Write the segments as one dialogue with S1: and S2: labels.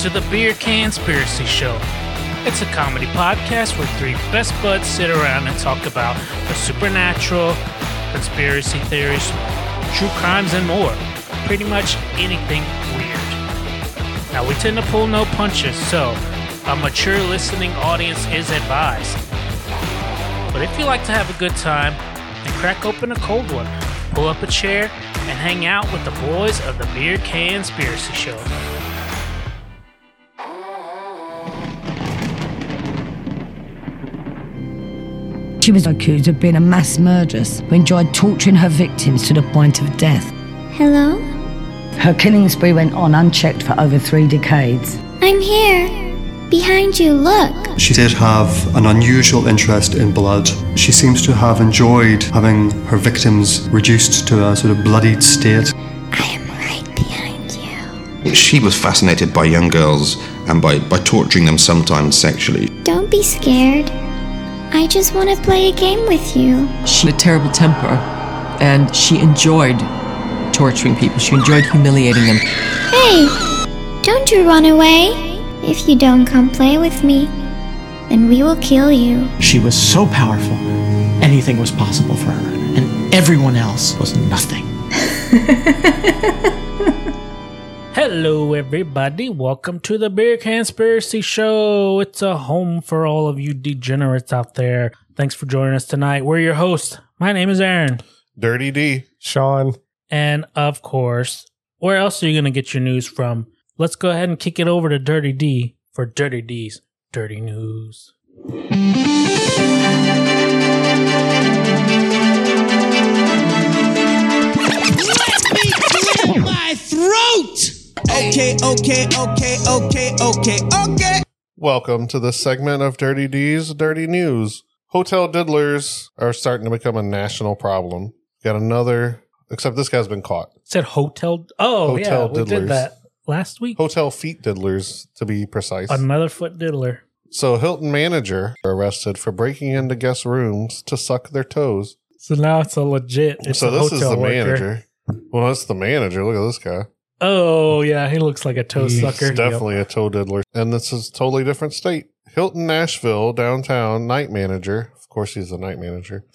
S1: to the Beer Conspiracy Show. It's a comedy podcast where three best buds sit around and talk about the supernatural, conspiracy theories, true crimes, and more. Pretty much anything weird. Now, we tend to pull no punches, so a mature listening audience is advised. But if you like to have a good time, then crack open a cold one, pull up a chair, and hang out with the boys of the Beer Conspiracy Show.
S2: She was accused of being a mass murderess who enjoyed torturing her victims to the point of death.
S3: Hello?
S2: Her killing spree went on unchecked for over three decades.
S3: I'm here. Behind you, look.
S4: She did have an unusual interest in blood. She seems to have enjoyed having her victims reduced to a sort of bloodied state.
S3: I am right behind you.
S5: She was fascinated by young girls and by, by torturing them sometimes sexually.
S3: Don't be scared. I just want to play a game with you.
S6: She had a terrible temper, and she enjoyed torturing people. She enjoyed humiliating them.
S3: Hey! Don't you run away. If you don't come play with me, then we will kill you.
S7: She was so powerful, anything was possible for her, and everyone else was nothing.
S1: Hello, everybody. Welcome to the Beer Conspiracy Show. It's a home for all of you degenerates out there. Thanks for joining us tonight. We're your hosts. My name is Aaron.
S8: Dirty D.
S9: Sean.
S1: And of course, where else are you going to get your news from? Let's go ahead and kick it over to Dirty D for Dirty D's Dirty News.
S10: my throat. Okay, okay, okay, okay, okay, okay.
S8: Welcome to this segment of Dirty D's Dirty News. Hotel diddlers are starting to become a national problem. Got another, except this guy's been caught.
S1: said hotel. Oh, yeah.
S8: Hotel
S1: We did
S8: diddlers.
S1: that last week.
S8: Hotel feet diddlers, to be precise.
S1: Another foot diddler.
S8: so, Hilton manager arrested for breaking into guest rooms to suck their toes.
S1: So now it's a legit. It's
S8: so,
S1: a
S8: this is
S1: hotel
S8: the
S1: worker.
S8: manager. Well, that's the manager. Look at this guy.
S1: Oh, yeah. He looks like a toe
S8: He's
S1: sucker.
S8: Definitely a toe diddler. And this is a totally different state. Hilton Nashville, downtown night manager. Of course, he's the night manager.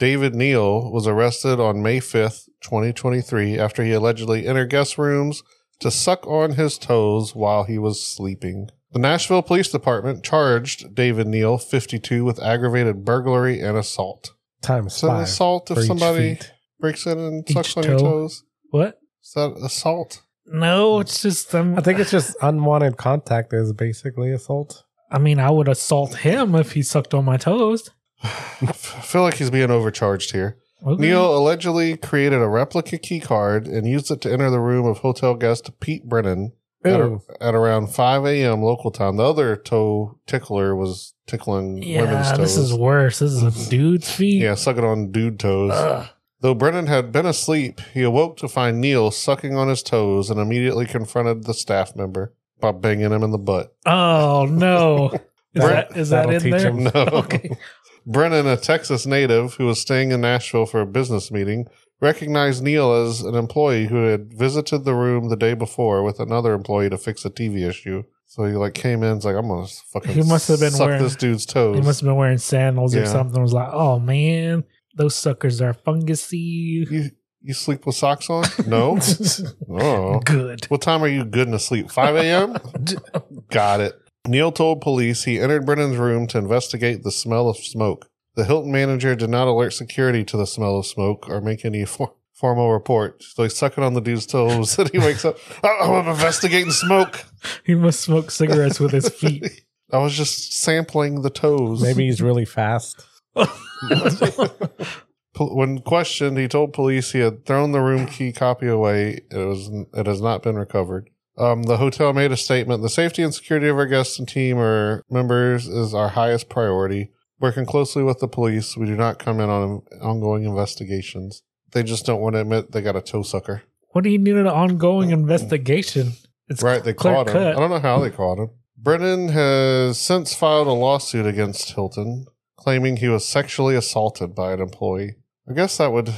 S8: David Neal was arrested on May 5th, 2023, after he allegedly entered guest rooms to suck on his toes while he was sleeping. The Nashville Police Department charged David Neal, 52, with aggravated burglary and assault.
S9: Times
S8: So
S9: five.
S8: assault if
S9: for each
S8: somebody-
S9: feat.
S8: Breaks in and
S1: Each
S8: sucks on your
S1: toe?
S8: toes.
S1: What?
S8: Is that assault?
S1: No, it's just um, them.
S9: I think it's just unwanted contact is basically assault.
S1: I mean, I would assault him if he sucked on my toes.
S8: I feel like he's being overcharged here.
S1: Okay.
S8: Neil allegedly created a replica key card and used it to enter the room of hotel guest Pete Brennan at,
S9: Ew.
S8: at around 5 a.m. local time. The other toe tickler was tickling women's
S1: yeah,
S8: toes.
S1: this is worse. This is a dude's feet.
S8: yeah, sucking on dude toes.
S1: Ugh.
S8: Though Brennan had been asleep, he awoke to find Neil sucking on his toes and immediately confronted the staff member by banging him in the butt.
S1: Oh no! Is
S9: Brett,
S1: that, is that
S9: that'll
S1: in
S9: teach
S1: there?
S9: him.
S8: No.
S1: Okay.
S8: Brennan, a Texas native who was staying in Nashville for a business meeting, recognized Neil as an employee who had visited the room the day before with another employee to fix a TV issue. So he like came in, it's like I'm gonna fucking
S1: He must have been
S8: suck
S1: wearing-
S8: this dude's toes.
S1: He must have been wearing sandals or
S8: Yeah.
S1: something. Was like, oh man, those suckers are fungusy.
S8: you you sleep with socks on? No. oh.
S1: Good.
S8: What time are you good and asleep? 5 a.m. Got it. Neil told police he entered Brennan's room to investigate the smell of smoke. The Hilton manager did not alert security to the smell of smoke or make any for- formal report. So he's sucking on the dude's toes and he wakes up. Oh, I'm investigating smoke.
S1: He must smoke cigarettes with his feet.
S8: I was just sampling the toes.
S9: Maybe he's really fast.
S8: Po- when questioned, he told police he had thrown the room key copy away. It was it has not been recovered. Um, the hotel made a statement: the safety and security of our guests and team or members is our highest priority. Working closely with the police, we do not comment on ongoing investigations. They just don't want to admit they got a toe sucker.
S1: What do you need an ongoing investigation? It's
S8: Right, they
S1: clear
S8: caught him.
S1: cut.
S8: I don't know how they caught him. Brennan has since filed a lawsuit against Hilton, claiming he was sexually assaulted by an employee. I guess that would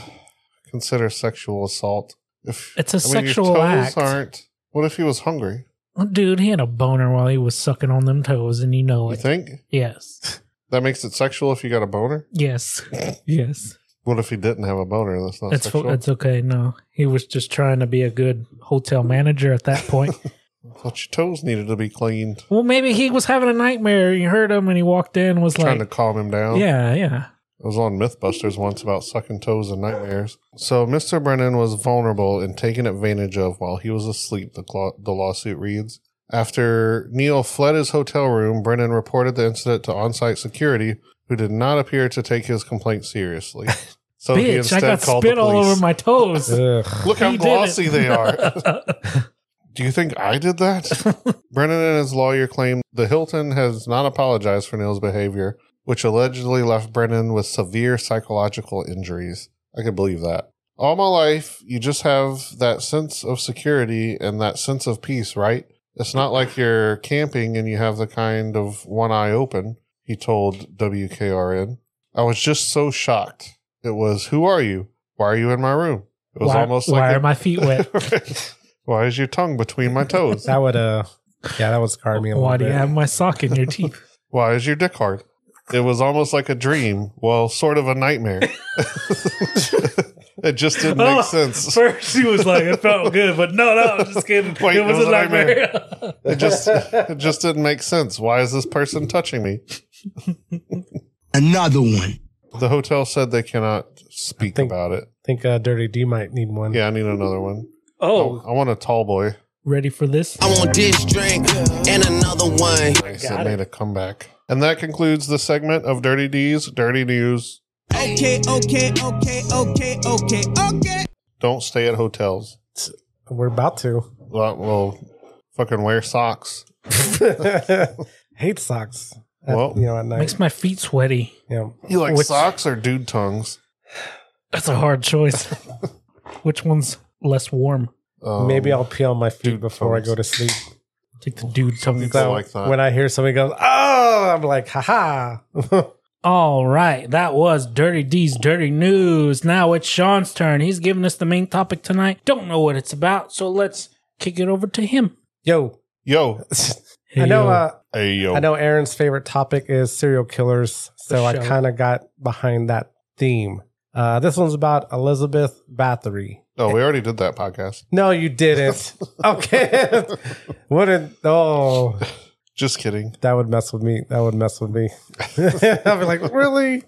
S8: consider sexual assault. If
S1: It's a
S8: I mean, your
S1: sexual
S8: toes
S1: act.
S8: Aren't. What if he was hungry?
S1: Dude, he had a boner while he was sucking on them toes, and you know
S8: You
S1: it.
S8: think
S1: Yes.
S8: that makes it sexual if you got a boner?
S1: Yes. yes.
S8: What if he didn't have a boner? That's not
S1: That's fo-
S8: sexual.
S1: that's okay. No, he was just trying to be a good hotel manager at that point.
S8: I thought your toes needed to be cleaned.
S1: well, maybe he was having a nightmare. You heard him, and he walked in and was
S8: Trying to
S1: like,
S8: calm him down.
S1: "Yeah, yeah."
S8: I was on Mythbusters once about sucking toes and nightmares. So Mr. Brennan was vulnerable and taken advantage of while he was asleep, the, claw- the lawsuit reads. After Neil fled his hotel room, Brennan reported the incident to on-site security, who did not appear to take his complaint seriously. So
S1: Bitch,
S8: he
S1: I
S8: instead
S1: got
S8: called the
S1: spit all
S8: police.
S1: over my toes.
S4: Ugh.
S8: Look how
S1: He did it.
S8: glossy they are. Do you think I did that? Brennan and his lawyer claim the Hilton has not apologized for Neil's behavior, which allegedly left Brennan with severe psychological injuries. I could believe that. All my life, you just have that sense of security and that sense of peace, right? It's not like you're camping and you have the kind of one eye open, he told WKRN. I was just so shocked. It was, who are you? Why are you in my room? It was
S1: why
S8: almost
S1: why
S8: like
S1: are
S8: a-
S1: my feet wet?
S8: Why is your tongue between my toes?
S4: That would uh yeah, that would scar me a
S1: Why
S4: little
S1: do you
S4: bit.
S1: have my sock in your teeth?
S8: Why is your dick hard? It was almost like a dream. Well, sort of a nightmare. it just didn't
S1: Oh,
S8: make sense.
S1: First, he was like, "It felt good," but no, no, I'm just kidding.
S8: Wait,
S1: it, was a nightmare.
S8: It just it just didn't make sense. Why is this person touching me?
S7: Another one.
S8: The hotel said they cannot speak
S4: think-
S8: about it.
S4: think uh, Dirty D might need one.
S8: Yeah, I need another one.
S1: oh,
S8: I want a tall boy.
S1: ready for this?
S7: I want this drink and another one.
S8: Nice. It made a comeback. And that concludes the segment of Dirty D's Dirty News.
S7: Okay, okay, okay, okay, okay, okay.
S8: Don't stay at hotels.
S4: We're about to.
S8: Well, well fucking wear socks.
S4: Hate socks. At,
S8: Well-
S4: Uh, you know, at night.
S1: Makes my feet sweaty.
S4: yeah.
S8: You like
S1: Which-
S8: socks or dude tongues?
S1: That's a hard choice. Which one's less warm?
S8: Um,
S4: Maybe I'll pee on my feet
S8: dude
S4: before I
S8: toes.
S4: go to sleep.
S1: Take the dude tongue.
S8: People like that.
S4: When I hear somebody goes, "Oh," I'm like, "Haha!"
S1: All right, that was Dirty D's Dirty News. Now it's Sean's turn. He's giving us the main topic tonight. Don't know what it's about, so let's kick it over to him.
S4: Yo,
S8: yo,
S4: I know. Uh,
S8: hey yo,
S4: I know. Aaron's favorite topic is serial killers, so I
S1: sure.
S4: kind of got behind that theme. Uh, this one's about Elizabeth Bathory.
S8: No, Oh, we already did that podcast.
S4: No, you didn't. okay. what a oh,
S8: Just kidding.
S4: that would mess with me. That would mess with me. I'd be like, really?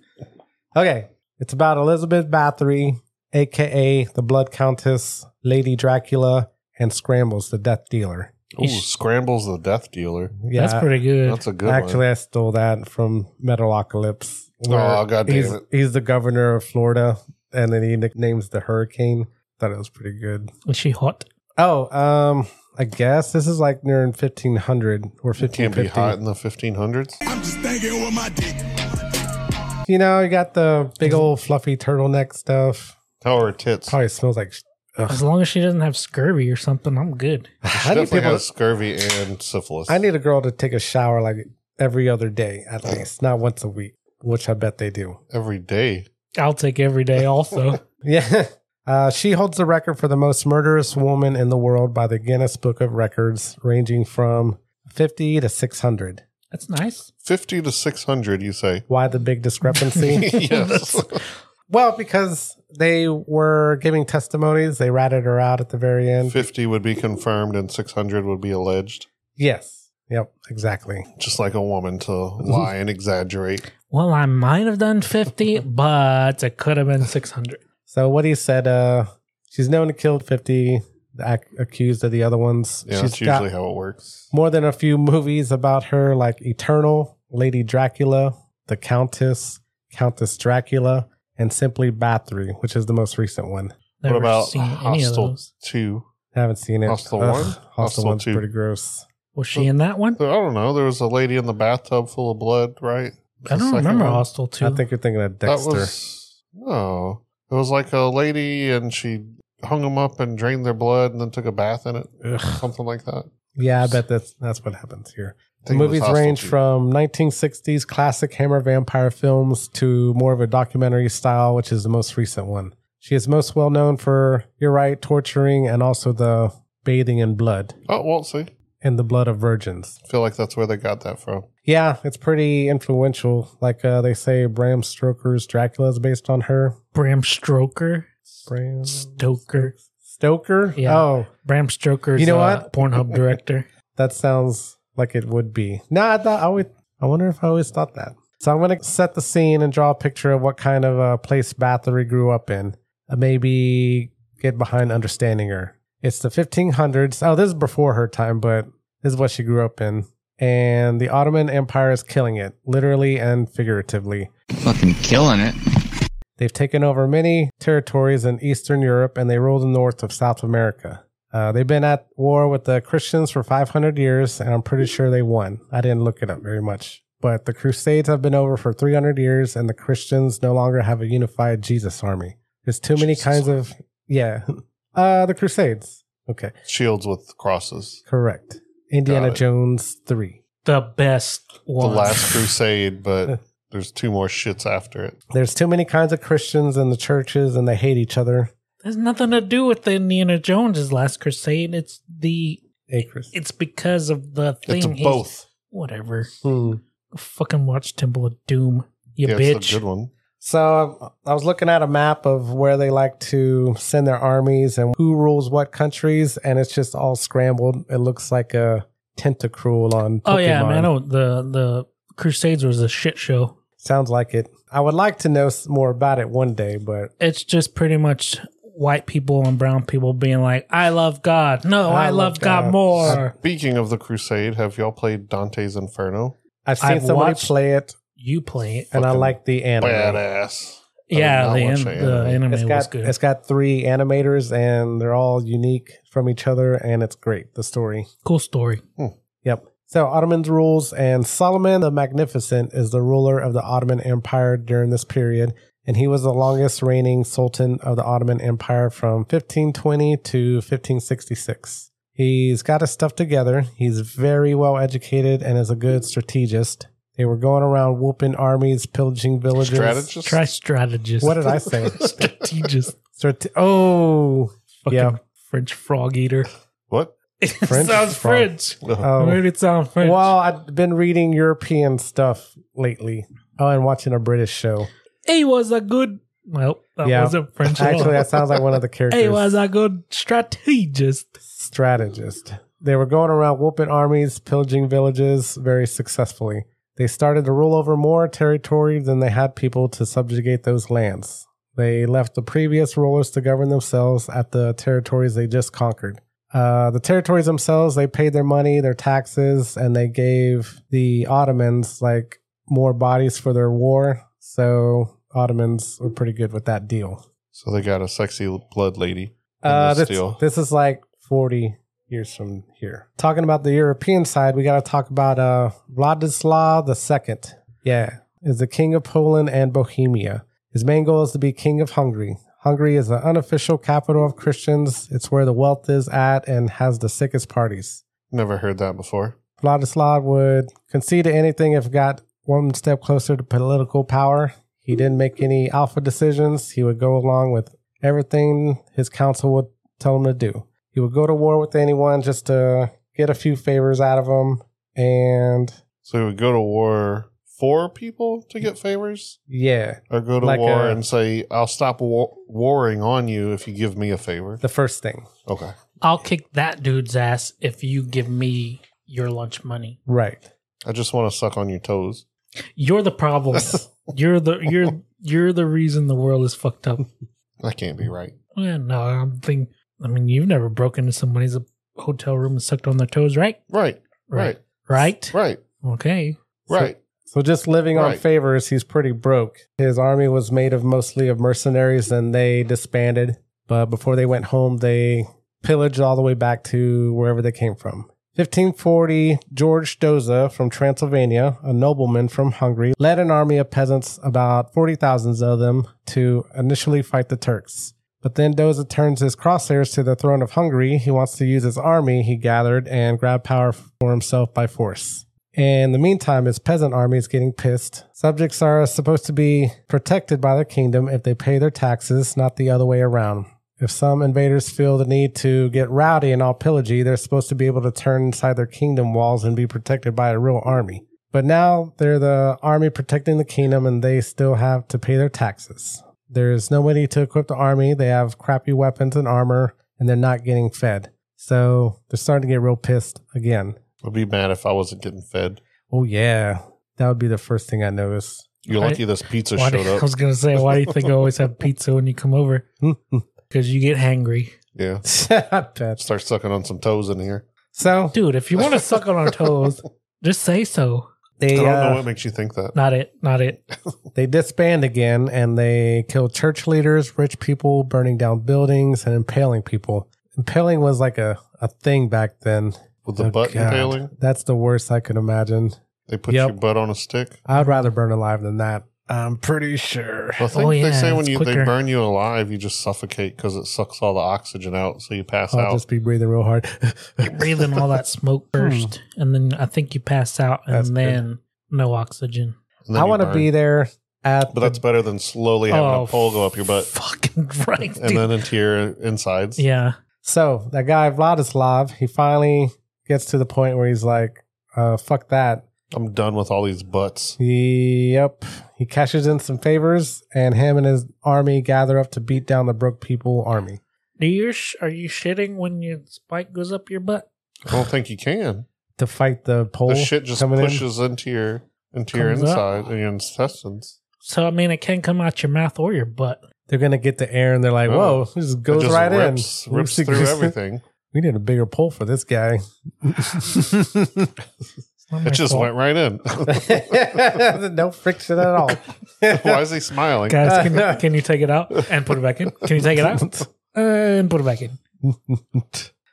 S4: Okay. It's about Elizabeth Bathory, aka the Blood Countess, Lady Dracula, and Scrambles the Death Dealer.
S8: Ooh, scrambles the death dealer.
S4: Yeah,
S1: That's pretty good.
S8: That's a good
S4: Actually,
S8: one.
S4: I stole that from Metalocalypse. where
S8: Oh, God damn
S4: he's,
S8: it.
S4: he's the governor of Florida, and then he nicknames the hurricane. Thought it was pretty good.
S1: Was she hot?
S4: Oh, um, I guess this is like near in 1500 or
S8: It can't be
S4: 1550.
S8: hot in the 1500s.
S7: I'm just thinking with my dick.
S4: You know, you got the big old fluffy turtleneck stuff.
S8: How are tits?
S4: Probably smells like.
S1: As long as she doesn't have scurvy or something, I'm good.
S4: I
S8: She
S4: need
S8: definitely
S4: people.
S8: has scurvy and syphilis.
S4: I need a girl to take a shower like every other day at least, not once a week, which I bet they do.
S8: every day.
S1: I'll take every day also.
S4: Yeah. Uh, she holds the record for the most murderous woman in the world by the Guinness Book of Records, ranging from 50 to 600.
S1: That's nice.
S8: 50 to 600, you say?
S4: Why the big discrepancy?
S8: yes.
S4: well, because they were giving testimonies. They ratted her out at the very end.
S8: 50 would be confirmed and 600 would be alleged.
S4: Yes. Yep, exactly.
S8: Just like a woman to
S4: Mhm.
S8: lie and exaggerate.
S1: Well, I might have done 50, but it could have been 600.
S4: So what he said, uh, she's known to kill 50 ac- accused of the other ones.
S8: Yeah,
S4: she's
S8: that's usually how it works.
S4: more than a few movies about her, like Eternal, Lady Dracula, The Countess, Countess Dracula, and Simply Bathory, which is the most recent one.
S1: Never
S8: what about
S1: seen any of
S8: Hostel
S1: those.
S8: 2?
S4: I haven't seen it.
S8: Hostel
S4: Ugh,
S8: one?
S4: Hostel,
S8: Hostel
S4: one's
S8: two.
S4: pretty gross.
S1: Was she in that one?
S8: I don't know. There was a lady in the bathtub full of blood, right?
S1: I
S8: The
S1: don't
S8: second
S1: remember
S8: one?
S1: Hostel 2.
S4: I think you're thinking of Dexter.
S8: That was no. It was like a lady, and she hung them up and drained their blood, and then took a bath in it, something like that.
S4: yeah, I bet that's that's what happens here.
S8: I
S4: The
S8: think it was
S4: movies
S8: Hostel
S4: range
S8: too.
S4: from 1960s classic Hammer vampire films to more of a documentary style, which is the most recent one. She is most well known for, you're right, torturing and also the bathing in blood.
S8: Oh, well, see,
S4: and the blood of virgins.
S8: I feel like that's where they got that from.
S4: Yeah, it's pretty influential. Like uh, they say, Bram Stoker's Dracula is based on her.
S1: Bram Stoker.
S4: Bram
S1: Stoker.
S4: Stoker.
S1: Yeah.
S4: Oh,
S1: Bram Stoker's
S4: You know
S1: uh,
S4: what?
S1: Pornhub director.
S4: that sounds like it would be. No, I thought I would. I wonder if I always thought that. So I'm gonna set the scene and draw a picture of what kind of a place Bathory grew up in. Uh, maybe get behind understanding her. It's the 1500s. Oh, this is before her time, but this is what she grew up in. And the Ottoman Empire is killing it, literally and figuratively.
S7: Fucking killing it.
S4: They've taken over many territories in Eastern Europe and they rule the north of South America. Uh, they've been at war with the Christians for 500 years, and I'm pretty sure they won. I didn't look it up very much. But the Crusades have been over for 300 years, and the Christians no longer have a unified Jesus army. There's too many kinds of. Yeah. Uh, the Crusades. Okay.
S8: Shields with crosses.
S4: Correct. Indiana
S8: Got it.
S4: Jones 3.
S1: The best
S8: The
S1: one.
S8: Last Crusade, but there's two more shits after it.
S4: There's too many kinds of Christians in the churches, and they hate each other.
S1: There's nothing to do with the Indiana Jones's Last Crusade. It's the.
S4: Hey, Chris.
S1: It's because of the thing.
S8: It's
S1: he's-
S8: both.
S1: Whatever.
S4: Hmm.
S1: Fucking watch Temple of Doom. You
S8: yeah,
S1: bitch.
S8: it's a good one.
S4: So I was looking at a map of where they like to send their armies and who rules what countries, and it's just all scrambled. It looks like a tentacruel on. Pokemon.
S1: Oh yeah, man. Oh, the the Crusades was a shit show.
S4: Sounds like it. I would like to know s- more about it one day, but
S1: It's just pretty much white people and brown people being like, "I love God." No, I, love, God, more.
S8: Speaking of the Crusade, have y'all played Dante's Inferno?
S4: I've seen
S1: I've
S4: somebody
S1: watched
S4: play it,
S1: you play it.
S4: and I
S8: Fucking
S4: like the anime.
S8: Badass. I did
S1: Yeah,
S8: not
S1: the,
S8: watch
S1: an-
S8: that
S1: the
S8: anime.
S1: anime
S4: It's
S1: was
S4: got
S1: good.
S4: it's got three animators, and they're all unique from each other, and it's great. The story.
S1: cool story.
S4: Yep. So Ottomans rules, and Solomon the Magnificent is the ruler of the Ottoman Empire during this period, and he was the longest reigning sultan of the Ottoman Empire from 1520 to 1566. He's got his stuff together. He's very well educated and is a good strategist. They were going around whooping armies, pillaging villages.
S8: Strategist?
S1: Try strategist.
S4: What did I say?
S1: strategist?
S4: Strate- oh,
S1: Fucking
S4: Yeah.
S1: French frog eater.
S8: What?
S1: It
S4: French
S1: sounds
S4: frog.
S1: French.
S4: oh.
S1: Made it sound French.
S4: Well, I've been reading European stuff lately. Oh, and watching a British show.
S1: it was a good. Well, that
S4: Yeah.
S1: wasn't French. at all.
S4: Actually, that sounds like one of the characters.
S1: It was a good strategist.
S4: strategist. They were going around whooping armies, pillaging villages very successfully. They started to rule over more territory than they had people to subjugate those lands. They left the previous rulers to govern themselves at the territories they just conquered. Uh, the territories themselves, they paid their money, their taxes, and they gave the Ottomans like more bodies for their war. So Ottomans were pretty good with that deal.
S8: So they got a sexy blood lady. in
S4: Uh,
S8: this
S4: this,
S8: deal.
S4: this is like 40 years from here. Talking about the European side, we got to talk about uh, Vladislav II. Yeah, is the king of Poland and Bohemia. His main goal is to be king of Hungary. Hungary is the unofficial capital of Christians. It's where the wealth is at and has the sickest parties.
S8: Never heard that before.
S4: Vladislav would concede to anything if got one step closer to political power. He didn't make any alpha decisions. He would go along with everything his council would tell him to do. He would go to war with anyone just to get a few favors out of him. And
S8: So he would go to war for people to get favors,
S4: yeah,
S8: or go to
S4: Like
S8: war
S4: a-
S8: and say, "I'll stop war- warring on you if you give me a favor."
S4: the first thing.
S8: Okay.
S1: I'll kick that dude's ass if you give me your lunch money.
S4: Right.
S8: I just want to suck on your toes.
S1: You're the problem. you're the you're you're the reason the world is fucked up.
S8: That can't be right.
S1: Yeah, no, I'm think. I mean, you've never broken into somebody's hotel room and sucked on their toes, right?
S8: Right. Right.
S1: Right.
S8: Right.
S1: Okay.
S8: Right.
S4: So just living on
S8: Right.
S4: favors, he's pretty broke. His army was made of mostly of mercenaries and they disbanded. But before they went home, they pillaged all the way back to wherever they came from. 1540, George Doza from Transylvania, a nobleman from Hungary, led an army of peasants, about 40,000 of them, to initially fight the Turks. But then Doza turns his crosshairs to the throne of Hungary. He wants to use his army he gathered and grab power for himself by force. In the meantime, his peasant army is getting pissed. Subjects are supposed to be protected by their kingdom if they pay their taxes, not the other way around.
S1: If some invaders feel the need to get rowdy and all pillagey, they're supposed to be able to turn inside their kingdom walls and be protected by a real army. But now they're the army protecting the kingdom and they still have to pay their taxes. There's no money to equip the army. They have crappy weapons and armor and they're not getting fed. So they're starting to get real pissed again.
S8: I'd be mad if I wasn't getting fed.
S1: Oh, yeah. That would be the first thing I notice.
S8: You're
S7: I-
S8: lucky this pizza
S7: Why do-
S8: showed
S7: I
S8: up.
S7: was gonna say, why do you think I always have pizza when you come over? Because you get hangry,
S8: Yeah.
S1: I bet.
S8: Start sucking on some toes in here.
S1: So
S7: dude. If you want to suck on our toes, just say so.
S1: they
S8: I don't know
S1: uh,
S8: what makes you think that.
S7: Not it. Not it.
S1: They disband again and they kill church leaders, rich people, burning down buildings, and impaling people. Impaling was like a, a thing back then.
S8: With the
S1: Oh,
S8: butt
S1: God.
S8: impaling,
S1: That's the worst I could imagine.
S8: they put
S1: Yep.
S8: your butt on a stick.
S1: I'd rather burn alive than that. I'm pretty sure.
S8: I think
S7: Oh,
S8: they
S7: yeah,
S8: say when
S7: it's
S8: you they
S7: quicker.
S8: burn you alive, you just suffocate because it sucks all the oxygen out, so you pass
S1: I'll
S8: out.
S1: just be breathing real hard. Hmm.
S7: You're breathing all that smoke first, and then I think you pass out, and
S1: That's good.
S7: then no oxygen.
S8: and then
S1: I
S8: you
S1: want to
S8: burn.
S1: be there at
S8: But that's better than slowly having
S1: Oh,
S8: a pole go up your butt
S7: Fucking right,
S8: and
S7: dude.
S8: then into your insides.
S7: yeah.
S1: So that guy Vladislav, he finally gets to the point where he's like, uh, "Fuck that."
S8: I'm done with all these butts.
S1: Yep, he cashes in some favors, and him and his army gather up to beat down the Brook People Army.
S7: Do you sh- are you shitting when your spike goes up your butt?
S8: I don't think you can.
S1: to fight the pole.
S8: This shit just
S1: coming in.
S8: pushes into your into your
S7: Comes
S8: inside
S7: up.
S8: and your intestines.
S7: So I mean, it can come out your mouth or your butt.
S1: They're gonna get the air, and they're like,
S8: Oh.
S1: "Whoa, this just
S8: It
S1: goes
S8: just
S1: right
S8: rips,
S1: in,
S8: rips through everything.
S1: We need a bigger pole for this guy.
S7: It's
S1: Oh,
S7: not my
S8: It just
S7: fault.
S8: went right in.
S1: no friction at all.
S8: Why is he smiling?
S7: Guys, can, can you take it out and put it back in? Can you take it out and put it back in?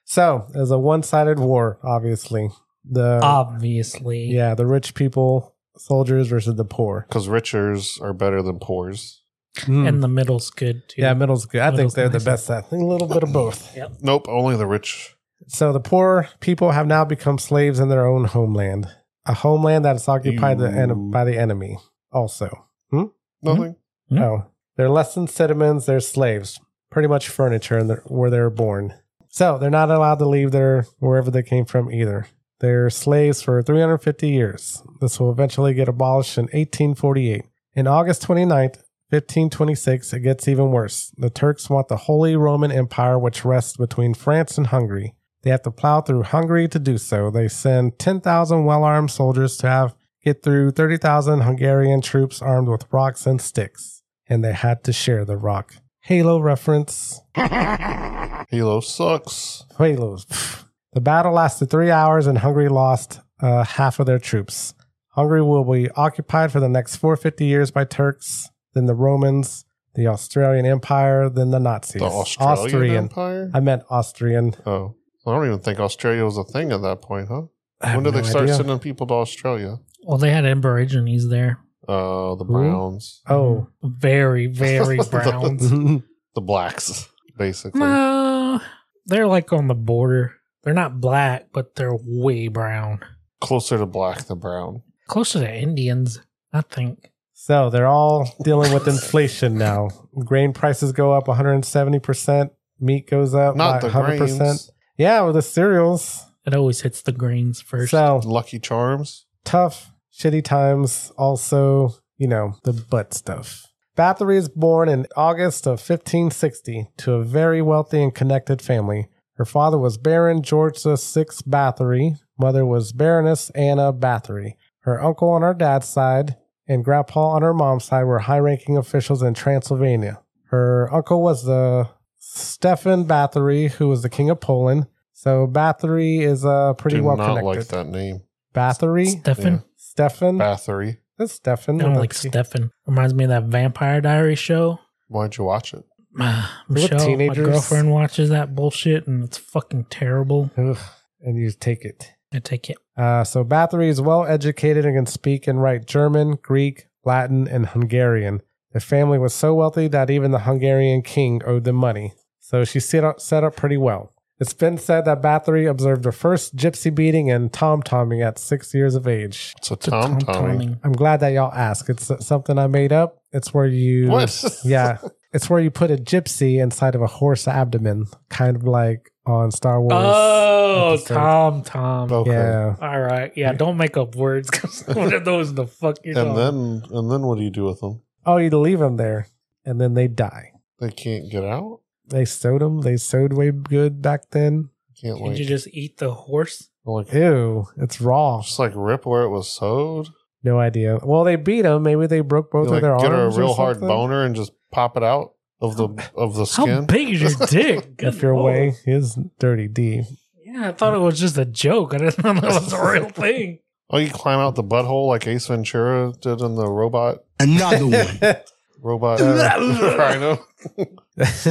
S1: so it was a one-sided war, obviously. The
S7: Ah. Obviously,
S1: yeah, the rich people soldiers versus the poor.
S8: Because richers are better than poors.
S7: and Hmm. the middle's good too.
S1: yeah, middle's good. I think
S7: Middle's
S1: they're
S7: nice.
S1: the best. at A little bit of both.
S8: Nope, only the rich.
S1: So the poor people have now become slaves in their own homeland, a homeland that is occupied the en-
S8: You-
S1: by the enemy. Also, Mm-hmm.
S8: Nothing.
S7: Hmm.
S1: No, they're less than citizens. They're slaves, pretty much furniture, in their- where they were born. So they're not allowed to leave their wherever they came from either. They're slaves for 350 years. This will eventually get abolished in 1848. In August 29th, 1526, it gets even worse. The Turks want the Holy Roman Empire, which rests between France and Hungary. They have to plow through Hungary to do so. They send 10,000 well armed soldiers to have get through 30,000 Hungarian troops armed with rocks and sticks, and they had to share the rock. Halo reference.
S8: Hilo sucks.
S1: Halos. The battle lasted three hours, and Hungary lost uh, half of their troops. Hungary will be occupied for the next 450 years by Turks, then the Romans, the Australian Empire, then the Nazis.
S8: The Australian
S1: Austrian.
S8: Empire?
S1: I meant Austrian.
S8: oh. I don't even think Australia was a thing at that point, huh?
S1: I
S8: When did
S1: have
S8: they
S1: no
S8: start
S1: idea.
S8: sending people to Australia?
S7: Well, they had Aborigines there.
S8: Uh, the Browns.
S1: Oh.
S7: very, very browns.
S8: The Blacks, basically.
S7: no, they're like on the border. They're not black, but they're way brown.
S8: Closer to black than brown.
S7: Closer to Indians, I think.
S1: So they're all dealing with inflation now. Grain prices go up 170%. Meat goes up
S8: Not
S1: Not
S8: the
S1: 100%.
S8: grains.
S1: Yeah, with the cereals.
S7: It always hits the greens first.
S1: So
S8: Lucky Charms.
S1: tough, shitty times. Also, you know, the butt stuff. Bathory is born in August of 1560 to a very wealthy and connected family. Her father was Baron George VI Bathory. Mother was Baroness Anna Bathory. Her uncle on her dad's side and grandpa on her mom's side were high ranking officials in Transylvania. Her uncle was the Stefan Bathory, who was the king of Poland. So Bathory is uh, pretty
S8: Do
S1: well
S8: not
S1: connected.
S8: like that name.
S1: Bathory?
S7: Stefan.
S1: Stefan?
S8: Bathory.
S1: That's Stefan.
S7: I don't
S1: with
S7: like
S1: a T.
S7: Stefan. Reminds me of that Vampire Diary show.
S8: Why'd you watch it?
S7: Michelle, my
S1: teenagers.
S7: girlfriend watches that bullshit and it's fucking terrible.
S1: Ugh, and you take it.
S7: I take it.
S1: Uh, so Bathory is well educated and can speak and write German, Greek, Latin, and Hungarian. The family was so wealthy that even the Hungarian king owed them money. So she set up, set up pretty well. It's been said that Bathory observed her first gypsy beating and tom tomming at six years of age.
S8: It's a
S7: It's a
S8: Tom Tom.
S7: tom-tomming.
S1: I'm glad that y'all asked. It's something I made up. It's where you.
S8: What?
S1: Yeah. It's where you put a gypsy inside of a horse abdomen, kind of like on Star Wars.
S7: Oh,
S1: episode.
S7: Tom, Tom.
S8: Okay.
S1: Yeah.
S7: All right. Yeah, don't make up words because what are those in the fuck you're
S8: And
S7: talking
S8: then and then what do you do with them?
S1: Oh, you leave them there, and then they die.
S8: They can't get out.
S1: They sewed them. They sewed way good back then.
S8: Can't
S7: Did
S8: like
S7: you just eat the horse?
S8: like
S1: Ew, it's raw.
S8: just like rip where it was sewed.
S1: No idea. Well, they beat them. Maybe they broke
S8: You
S1: both
S8: like
S1: of their
S8: get her a
S1: arms.
S8: real
S1: or
S8: hard
S1: something.
S8: boner and just pop it out of the of the
S7: How
S8: skin.
S7: big is your dick? Good
S1: If your
S7: lord.
S1: way is dirty D.
S7: Yeah, I thought it was just a joke. I didn't know that was a real thing.
S8: Oh, you climb out the butthole like Ace Ventura did in the robot
S10: Another one.
S8: robot rhino.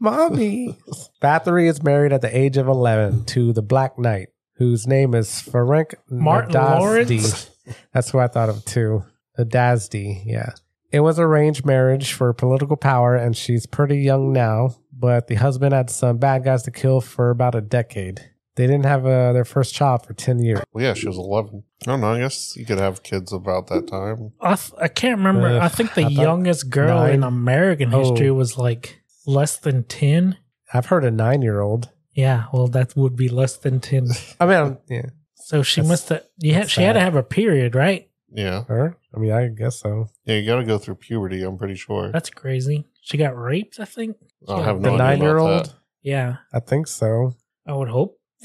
S1: Mommy. Bathory is married at the age of 11 to the Black Knight, whose name is Ferenc
S7: Martin Lawrence?
S1: Nadazdi. That's who I thought of too. Nadazdi, yeah. It was arranged marriage for political power, and she's pretty young now, but the husband had some bad guys to kill for about a decade. They didn't have uh, their first child for 10 years.
S8: Well, yeah, she was eleven. I don't know. I guess you could have kids about that time.
S7: I, th- I can't remember.
S1: Ugh,
S7: I think the
S1: I thought
S7: youngest girl in
S1: nine-
S7: American history
S1: Oh.
S7: was like less than 10.
S1: I've heard a nine year old.
S7: Yeah, well, that would be less than 10.
S1: I mean, I'm- yeah,
S7: So she
S1: That's-
S7: must have, yeah,
S1: that's
S7: she had to
S1: sad.
S7: have a period, right?
S8: Yeah,
S1: her? I mean, I guess so.
S8: yeah. You got to go through puberty. I'm pretty sure.
S7: That's crazy. She got raped, I think.
S8: I have
S1: The
S8: no
S1: nine
S8: idea
S1: year
S8: about
S1: old?
S8: that.
S7: Yeah,
S1: I think so.
S7: I would hope.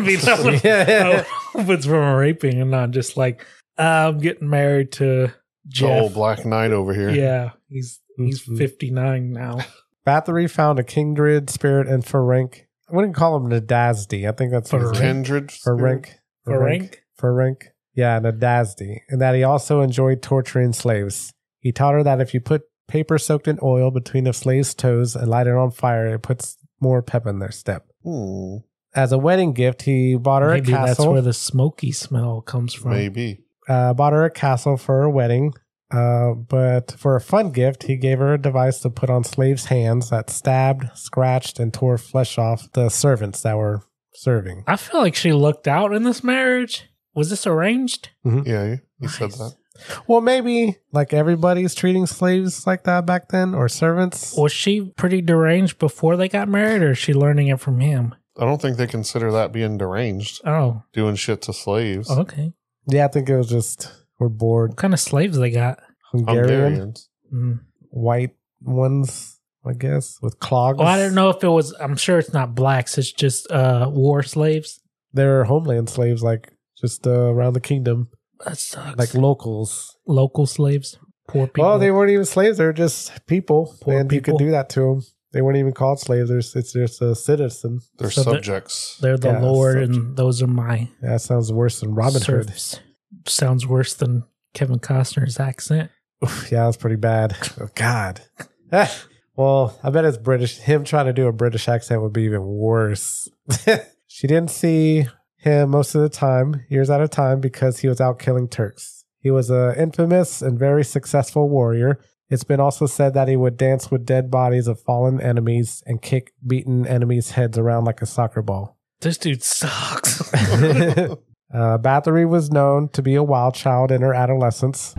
S7: mean, that would, I would
S1: yeah.
S7: hope it's from raping and not just like, I'm getting married to
S8: The
S7: Jeff.
S8: old Black Knight over here.
S7: Yeah, he's he's
S1: Mhm.
S7: 59 now.
S1: Bathory found a kindred spirit in Ferenc. I wouldn't call him Nadazdi. I think that's what his name-
S8: Kindred. spirit?
S1: Ferenc.
S7: Ferenc?
S1: Ferenc. Yeah, Nadazdi. And that he also enjoyed torturing slaves. He taught her that if you put paper soaked in oil between a slave's toes and light it on fire, it puts more pep in their step.
S8: Hmm,
S1: As a wedding gift, he bought her
S7: Maybe
S1: a
S7: that's
S1: castle.
S7: where the smoky smell comes from.
S8: maybe.
S1: uh, bought her a castle for her wedding. Uh, but for a fun gift, he gave her a device to put on slaves' hands that stabbed, scratched, and tore flesh off the servants that were serving.
S7: I feel like she looked out in this marriage. Was this arranged?
S8: Yeah, you, you said
S7: Nice.
S8: that.
S1: Well, maybe like everybody's treating slaves like that back then or servants.
S7: Was she pretty deranged before they got married, or is she learning it from him?
S8: I don't think they consider that being deranged,
S7: Oh,
S8: doing shit to slaves.
S7: okay.
S1: Yeah, I think it was just we're bored
S7: What kind of slaves they got?
S1: Hungarian,
S8: Hungarians.
S7: Mm.
S1: white ones, I guess, with clogs.
S7: Well, Oh, I don't know if it was. I'm sure it's not blacks. It's just uh, war slaves.
S1: They're homeland slaves, like just uh, around the kingdom,
S7: That sucks.
S1: like locals.
S7: local slaves, poor people.
S1: Well, they weren't even slaves; they were just people,
S7: Poor
S1: and you
S7: people.
S1: could do that to them. They weren't even called slaves; they're, s- it's just a citizen.
S8: They're
S7: So they're-
S8: subjects.
S7: They're the
S1: Yeah,
S7: Lord,
S1: such-
S7: and Mm, those are my
S1: That sounds worse than Robin
S7: serfs. Sounds worse than Kevin Costner's accent.
S1: Hood. Oof, yeah, that's pretty bad. Oh, God. Ah, well, I bet it's British. Him trying to do a British accent would be even worse. she didn't see him most of the time, years at a time, because he was out killing Turks. He was a infamous and very successful warrior. It's been also said that he would dance with dead bodies of fallen enemies and kick beaten enemies' heads around like a soccer ball.
S7: This dude sucks.
S1: uh, Bathory was known to be a wild child in her adolescence.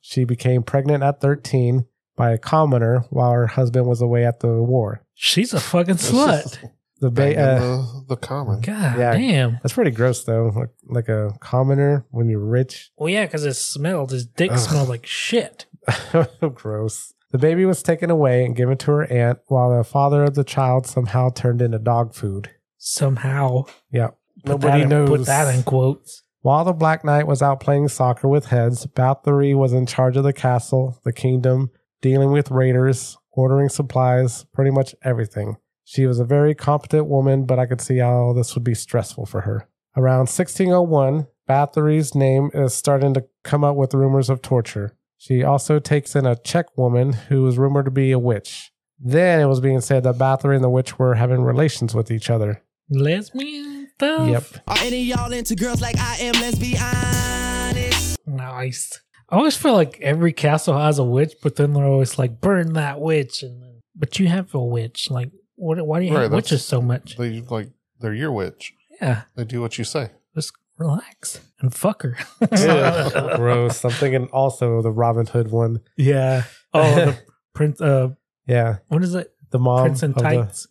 S1: She became pregnant at 13 by a commoner while her husband was away at the war.
S7: She's a fucking slut.
S1: The
S8: Banging
S1: ba- uh,
S8: the, the common.
S7: God
S1: Yeah.
S7: damn.
S1: that's pretty gross though, like, like a commoner when you're rich.
S7: Well, yeah, because it smelled. His dick
S1: Ugh.
S7: smelled like shit.
S1: gross. The baby was taken away and given to her aunt while the father of the child somehow turned into dog food.
S7: Somehow.
S1: Yeah.
S7: Put
S1: Nobody
S7: that in,
S1: knows.
S7: Put that in quotes.
S1: While the Black Knight was out playing soccer with heads, Bathory was in charge of the castle, the kingdom, dealing with raiders, ordering supplies, pretty much everything. She was a very competent woman, but I could see how this would be stressful for her. Around 1601, Bathory's name is starting to come up with rumors of torture. She also takes in a Czech woman who is rumored to be a witch. Then it was being said that Bathory and the witch were having relations with each other.
S7: Lesbian stuff.
S1: Yep.
S10: Are any of y'all into girls like I am? Let's be honest.
S7: Nice. I always feel like every castle has a witch, but then they're always like, burn that witch. And then, but you have a witch. Like, what, why do you
S8: Right,
S7: have
S8: that's-
S7: witches so much?
S8: They like they're your witch.
S7: Yeah,
S8: They do what you say.
S7: just relax and fuck her.
S1: Gross. I'm thinking also the Robin Hood one.
S7: yeah. Oh, the, Prince. Uh,
S1: Yeah.
S7: what is it?
S1: The mom.
S7: Prince and
S1: of the-
S7: Tights.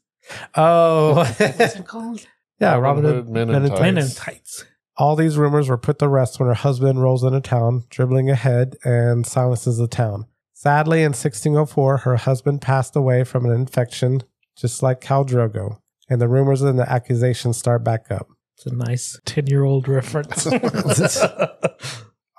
S1: oh.
S7: What's it called?
S1: yeah. Robin Hood.
S8: Men
S1: Men
S8: in
S1: in
S8: Tights.
S7: Men in Tights.
S1: All these rumors were put to rest when her husband rolls into town, dribbling ahead and silences the town. Sadly, in 1604, her husband passed away from an infection, just like Cal Drogo, and the rumors and the accusations start back up.
S7: It's a nice ten-year-old reference.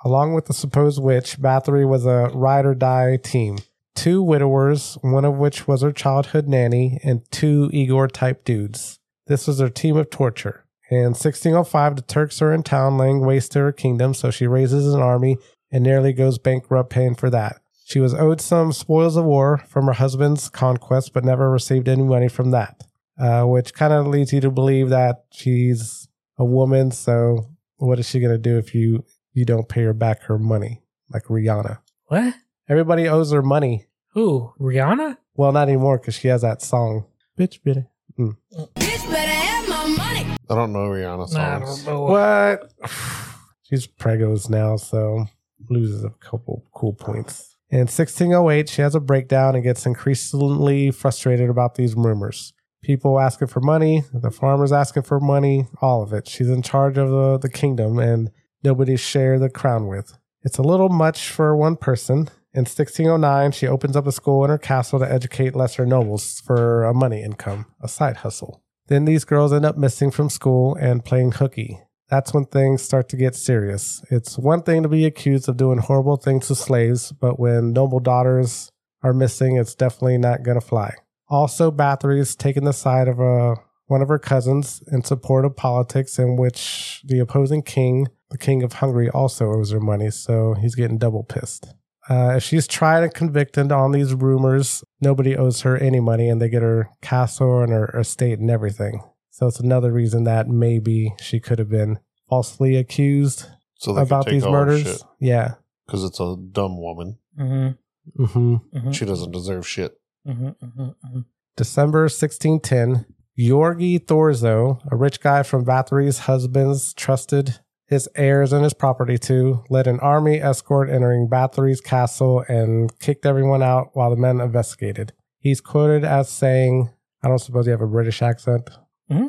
S1: Along with the supposed witch, Bathory was a ride or die team. Two widowers, one of which was her childhood nanny, and two Igor type dudes. This was their team of torture. In 1605, the Turks are in town laying waste to her kingdom, so she raises an army and nearly goes bankrupt paying for that. She was owed some spoils of war from her husband's conquest, but never received any money from that, uh, which kind of leads you to believe that she's a woman, so what is she going to do if you you don't pay her back her money, like Rihanna.
S7: what?
S1: Everybody owes her money.
S7: Who? Rihanna?
S1: Well, not anymore because she has that song. Bitch, bitch.
S8: I don't know Rihanna songs.
S7: Nah, I don't know.
S1: What? She's pregos now, so loses a couple cool points. In 1608, she has a breakdown and gets increasingly frustrated about these rumors. People asking for money, the farmers asking for money, all of it. She's in charge of the, the kingdom and nobody share the crown with. It's a little much for one person. In 1609, she opens up a school in her castle to educate lesser nobles for a money income, a side hustle. Then these girls end up missing from school and playing hooky. That's when things start to get serious. It's one thing to be accused of doing horrible things to slaves, but when noble daughters are missing, it's definitely not going to fly. Also, Bathory's taken the side of uh one of her cousins in support of politics, in which the opposing king, the king of Hungary, also owes her money, so he's getting double pissed. Uh, if she's tried and convicted on these rumors, nobody owes her any money and they get her castle and her estate and everything. So it's another reason that maybe she could have been falsely accused
S8: so they
S1: about these murders. Yeah.
S8: because it's a dumb woman.
S7: Mm-hmm,
S1: Mm-hmm.
S7: mm-hmm,
S8: She doesn't deserve shit.
S7: mm-hmm, mm-hmm, mm-hmm.
S1: December 1610, Georgi Thorzo, a rich guy from Bathory's husband's trusted his heirs and his property to, led an army escort entering Bathory's castle and kicked everyone out while the men investigated. He's quoted as saying, I don't suppose you have a British accent.
S7: I got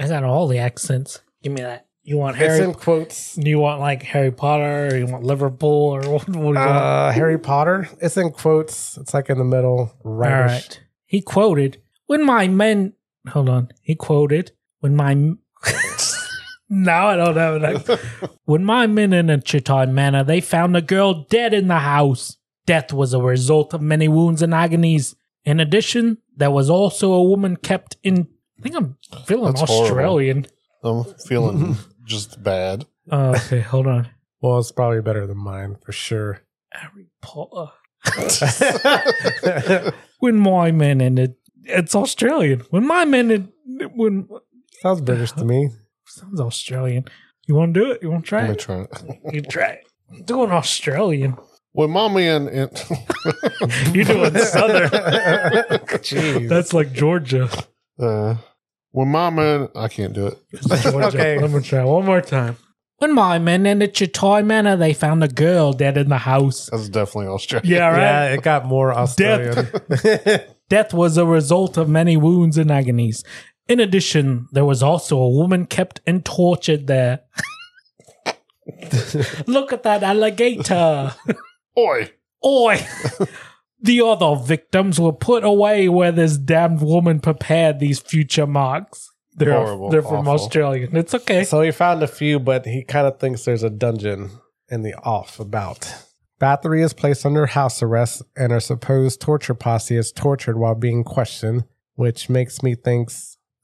S7: Mm-hmm. all the accents. Give me that. You want Harry?
S1: it's in quotes.
S7: you want like Harry Potter, or you want Liverpool, or what? what do you want?
S1: Uh, Harry Potter. It's in quotes. It's like in the middle.
S7: All
S1: Right.
S7: right. He quoted, "When my men." Hold on. He quoted, "When my." m- now I don't have that. when my men in a Chitai manor, they found a girl dead in the house. Death was a result of many wounds and agonies. In addition, there was also a woman kept in. I think I'm feeling
S8: That's horrible.
S7: Australian.
S8: I'm feeling just bad.
S7: Oh, okay, hold on.
S1: Well, it's probably better than mine for sure.
S7: Harry Potter. when my men in it it's australian when my men in when
S1: Sounds British to me.
S7: sounds australian you want to do it you want to try
S8: Let me
S7: it
S8: try. it.
S7: you try it I'm doing australian
S8: When mommy and, and
S7: you're doing southern
S1: Jeez.
S7: that's like georgia
S8: uh, when mama and I can't do it.
S7: Georgia.
S1: Okay.
S7: let me try one more time when my men in the Chitai Manor, they found a girl dead in the house.
S8: That's definitely Australia.
S7: Yeah, right.
S1: Yeah, it got more Australian.
S7: Death was a result of many wounds and agonies. In addition, there was also a woman kept and tortured there. Look at that alligator.
S8: Oi,
S7: Oi! the other victims were put away where this damned woman prepared these future marks. They're,
S8: Horrible,
S7: they're from
S8: awful.
S7: Australian. It's okay.
S1: so he found a few, but he kind of thinks there's a dungeon in the off about. Bathory is placed under house arrest, and her supposed torture posse is tortured while being questioned, which makes me think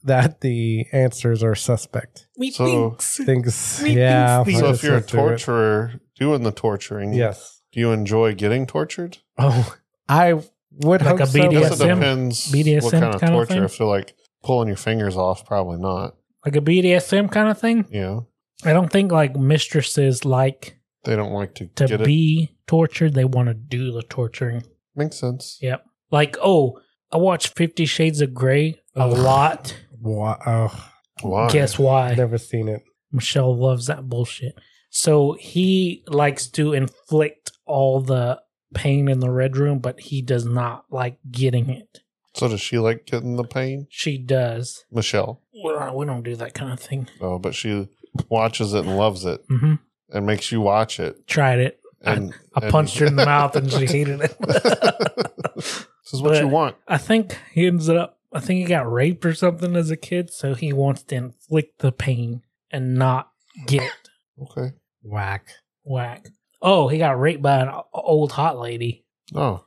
S1: that the answers are suspect.
S7: we
S8: so-
S7: thinks.
S1: Thinks,
S7: We
S1: yeah.
S7: think
S1: I
S8: So if
S1: just
S8: you're a
S1: went through it.
S8: torturer doing the torturing,
S1: yes.
S8: do you enjoy getting tortured?
S1: Oh, I would
S7: Like
S1: hope
S7: a
S1: so.
S8: I
S7: BDSM?
S8: guess it depends what
S7: BDSM
S8: kind of
S7: kind of
S8: torture.
S7: thing?
S8: if they're like pulling your fingers off, probably not.
S7: Like a BDSM kind of thing.
S8: You know,
S7: I don't think like mistresses like
S8: they don't like to,
S7: to
S8: get it.
S7: be tortured. They want to do the torturing.
S8: Makes sense.
S7: Yep. Like, oh, I watched Fifty Shades of Grey a
S1: Ugh.
S7: lot.
S1: Wow. Oh,
S8: Why?
S7: Guess why?
S1: never seen it.
S7: Michelle loves that bullshit. So he likes to inflict all the pain in the red room, but he does not like getting it.
S8: So does she like getting the pain?
S7: She does.
S8: Michelle.
S7: We don't, we don't do that kind of thing.
S8: Oh, but she watches it and loves it
S7: hmm
S8: and makes you watch it.
S7: Tried it.
S8: And
S7: I
S8: and-
S7: punched her in the mouth and she hated it.
S8: this is what
S7: But-
S8: you want.
S7: I think he ends up. I think he got raped or something as a kid, so he wants to inflict the pain and not get
S8: Okay.
S1: Whack.
S7: whack. Oh, he got raped by an o- old hot lady.
S8: Oh,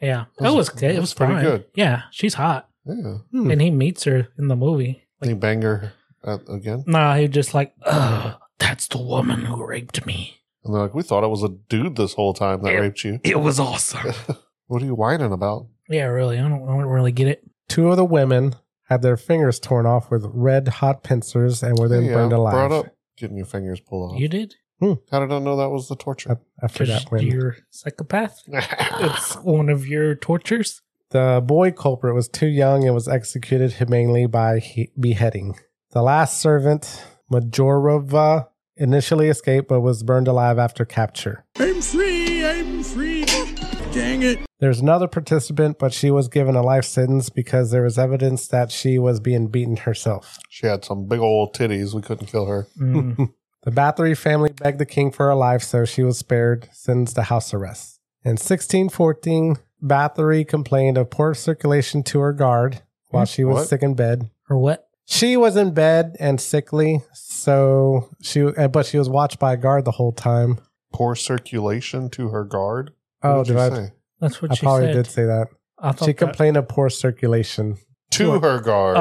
S7: Yeah, that was good. It was
S8: that's pretty
S7: fine.
S8: good.
S7: Yeah, she's hot,
S8: yeah.
S1: Hmm.
S7: and he meets her in the movie.
S8: Did he bang her uh, again?
S7: Nah, he just like, Ugh, that's the woman who raped me.
S8: And they're like, we thought it was a dude this whole time that
S7: Yeah.
S8: raped you.
S7: It was awesome.
S8: What are you whining about?
S7: yeah, really. I don't. I don't really get it.
S1: Two of the women had their fingers torn off with red hot pincers and were then
S8: Yeah,
S1: burned alive.
S8: Brought up getting your fingers pulled off.
S7: You did
S8: How did I know that was the torture?
S1: A- After that,
S7: because
S1: when
S7: you're a psychopath. it's one of your tortures.
S1: The boy culprit was too young and was executed humanely by he- beheading. The last servant, Majorova, initially escaped but was burned alive after capture.
S10: I'm free, I'm free. Dang it.
S1: There's another participant, but she was given a life sentence because there was evidence that she was being beaten herself.
S8: she had some big old titties. We couldn't kill her.
S7: Mm.
S1: The Bathory family begged the king for her life, so she was spared, sentenced to house arrest. In 1614, Bathory complained of poor circulation to her guard while she was
S8: Hmm, What?
S1: sick in bed.
S7: or what?
S1: She was in bed and sickly, so she uh, but she was watched by a guard the whole time.
S8: Poor circulation to her guard. What
S1: Oh,
S8: did
S1: did
S8: you
S1: I?
S8: say?
S7: That's what
S1: I
S7: she
S1: probably
S7: said.
S1: did say that.
S7: I thought
S1: She
S7: that-
S1: complained of poor circulation.
S8: To her guard.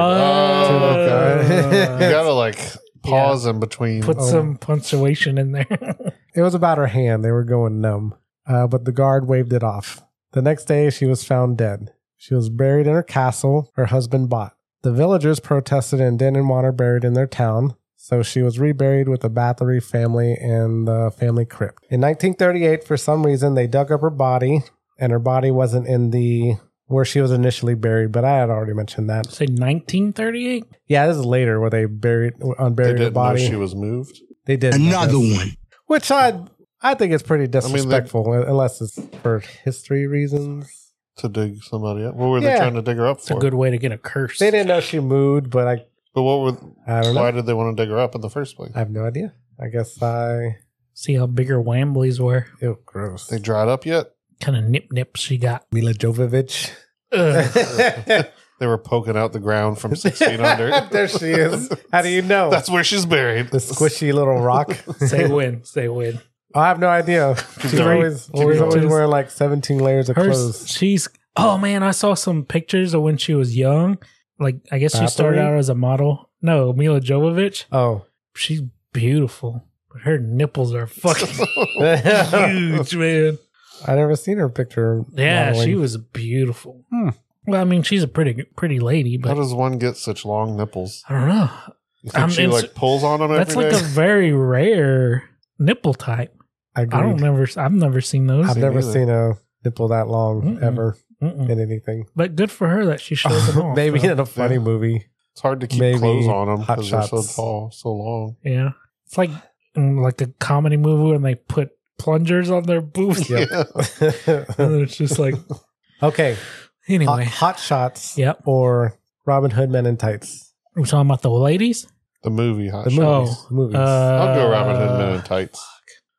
S7: Oh.
S8: Oh.
S1: To her guard.
S8: you gotta like pause in between.
S7: Put some punctuation in there.
S1: oh. It was about her hand; they were going numb. Uh, but the guard waved it off. The next day, she was found dead. She was buried in her castle. Her husband bought. The villagers protested and didn't want her buried in their town, so she was reburied with the Bathory family in the family crypt. In 1938, for some reason, they dug up her body, and her body wasn't in the where she was initially buried. But I had already mentioned that.
S7: Say 1938.
S1: Yeah, this is later where they buried
S8: they
S1: unburied her
S8: didn't know
S1: body.
S8: she was moved.
S1: they did
S10: Another one.
S1: which I I think it's pretty
S8: they-
S1: disrespectful unless it's for history reasons.
S8: To dig somebody up. What were
S1: Yeah.
S8: they trying to dig her up
S7: It's a
S8: for?
S7: good way to get a curse.
S1: They didn't know she moved, but I
S8: but what were
S1: I don't
S8: why
S1: know.
S8: did they want to dig her up in the first place?
S1: I have no idea. I guess I
S7: See how bigger Wambleys were.
S1: ew gross.
S8: They dried up yet?
S7: Kind of nip nips she got.
S1: Mila Jovovich.
S7: Ugh.
S8: They were poking out the ground from six feet under.
S1: there she is. How do you know?
S8: That's where she's buried.
S1: the squishy little rock.
S7: say when. Say when.
S1: I have no idea. She's
S8: going.
S1: always,
S8: Keep
S1: always, always
S7: going.
S1: wearing like 17 layers of
S7: Her,
S1: clothes.
S7: she's. Oh man, I saw some pictures of when she was young. Like I guess she started
S1: Bathory?
S7: out as a model. No, Mila Jovovich.
S1: Oh.
S7: She's beautiful, but her nipples are fucking huge, man.
S1: I never seen her picture.
S7: Yeah,
S1: modeling.
S7: she was beautiful.
S1: Hmm.
S7: Well, I mean, she's a pretty pretty lady, but
S8: How does one get such long nipples?
S7: I don't know.
S8: You think
S7: I'm
S8: she
S7: ins-
S8: like pulls on them
S7: That's
S8: every day?
S7: like a very rare nipple type. I don't
S1: Agreed.
S7: never I've never seen those.
S1: I've
S8: See,
S1: never
S8: neither.
S1: seen a nipple that long
S7: Mm-mm.
S1: ever
S7: Mm-mm.
S1: in anything.
S7: But good for her that she showed them off.
S1: Maybe
S7: though.
S1: in a funny
S8: Yeah.
S1: movie.
S8: it's hard to keep
S1: Maybe
S8: clothes on them
S1: Hot
S8: because they're so
S1: Shots.
S8: tall, so long.
S7: yeah. It's like in like a comedy movie when they put plungers on their boobs.
S1: Yep.
S7: and it's just like
S1: okay. Hot,
S7: anyway.
S1: hot shots
S7: Yep.
S1: or Robin Hood Men in Tights.
S7: We're talking about the ladies.
S8: The movie hot
S1: The
S8: shot.
S1: movies.
S7: Oh, uh,
S1: The movies.
S8: I'll go Robin Hood Men in tights.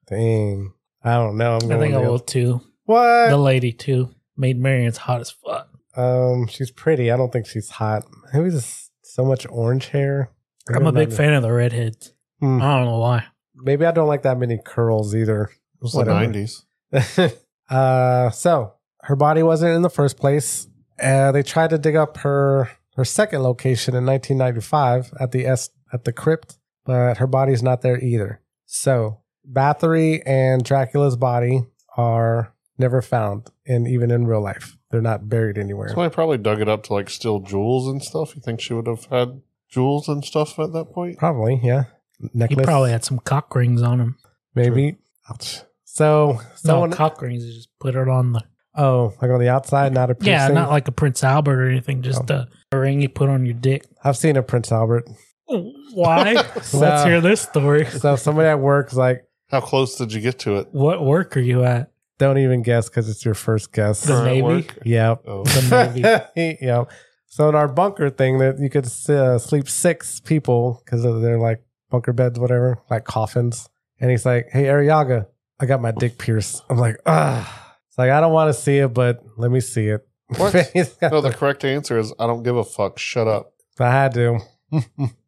S1: Dang. I don't know. I'm
S7: I
S1: going
S7: think I
S1: the-
S7: will too. The
S1: What?
S7: lady too made Marion's hot as fuck.
S1: um, she's pretty. I don't think she's hot. Maybe just so much orange hair. I
S7: I'm a
S1: don't
S7: big
S1: know.
S7: fan of the redheads.
S1: Hmm.
S7: I don't know why.
S1: Maybe I don't like that many curls either.
S8: It was
S1: Whatever.
S8: the 90s.
S1: uh, so her body wasn't in the first place. Uh, they tried to dig up her her second location in 1995 at the S at the crypt, but her body's not there either. So Bathory and Dracula's body are never found, and even in real life, they're not buried anywhere.
S8: Somebody probably dug it up to like steal jewels and stuff. You think she would have had jewels and stuff at that point?
S1: Probably, yeah.
S7: He
S1: Necklace,
S7: probably had some cock rings on him.
S1: maybe. Ouch. So someone.
S7: no, cock rings. You just put it on the.
S1: oh, like on the outside, not a piercing.
S7: Yeah, not like a Prince Albert or anything. Just a, a ring you put on your dick.
S1: I've seen a Prince Albert.
S7: Why? Let's hear this story.
S1: So somebody at work's like,
S8: How close did you get to it?
S7: What work are you at?
S1: Don't even guess because it's your first guess.
S7: The Current Navy? work?
S1: Yep.
S8: Oh.
S7: The
S1: Navy. yep. So in our bunker thing, that you could uh, sleep six people because they're like bunker beds, whatever, like coffins. And he's like, "Hey, Ariaga, I got my dick pierced." I'm like, "Ah." It's like I don't want to see it, but let me see it.
S8: What?
S1: He's got
S8: No,
S1: the-
S8: the correct answer is I don't give a fuck. Shut up.
S1: I had to.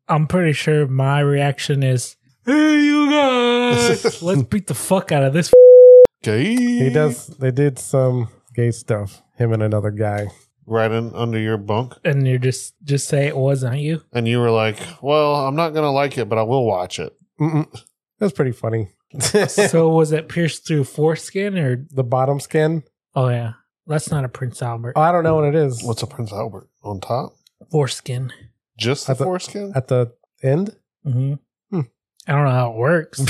S7: I'm pretty sure my reaction is, "Hey, you guys, let's beat the fuck out of this."
S8: Gay.
S1: He does. They did some gay stuff. Him and another guy.
S8: Riding under your bunk.
S7: And you're just just say it wasn't you.
S8: And you were like, well, I'm not going to like it, but I will watch it.
S1: Mm-mm. That's pretty funny.
S7: so was it pierced through foreskin or?
S1: The bottom skin.
S7: Oh yeah, that's not a Prince Albert
S1: Oh, I don't know what it is.
S8: What's a Prince Albert on top?
S7: foreskin.
S8: Just the
S1: I thought-
S8: foreskin?
S1: at the end?
S7: Mm-hmm.
S1: Hmm.
S7: I don't know how it works.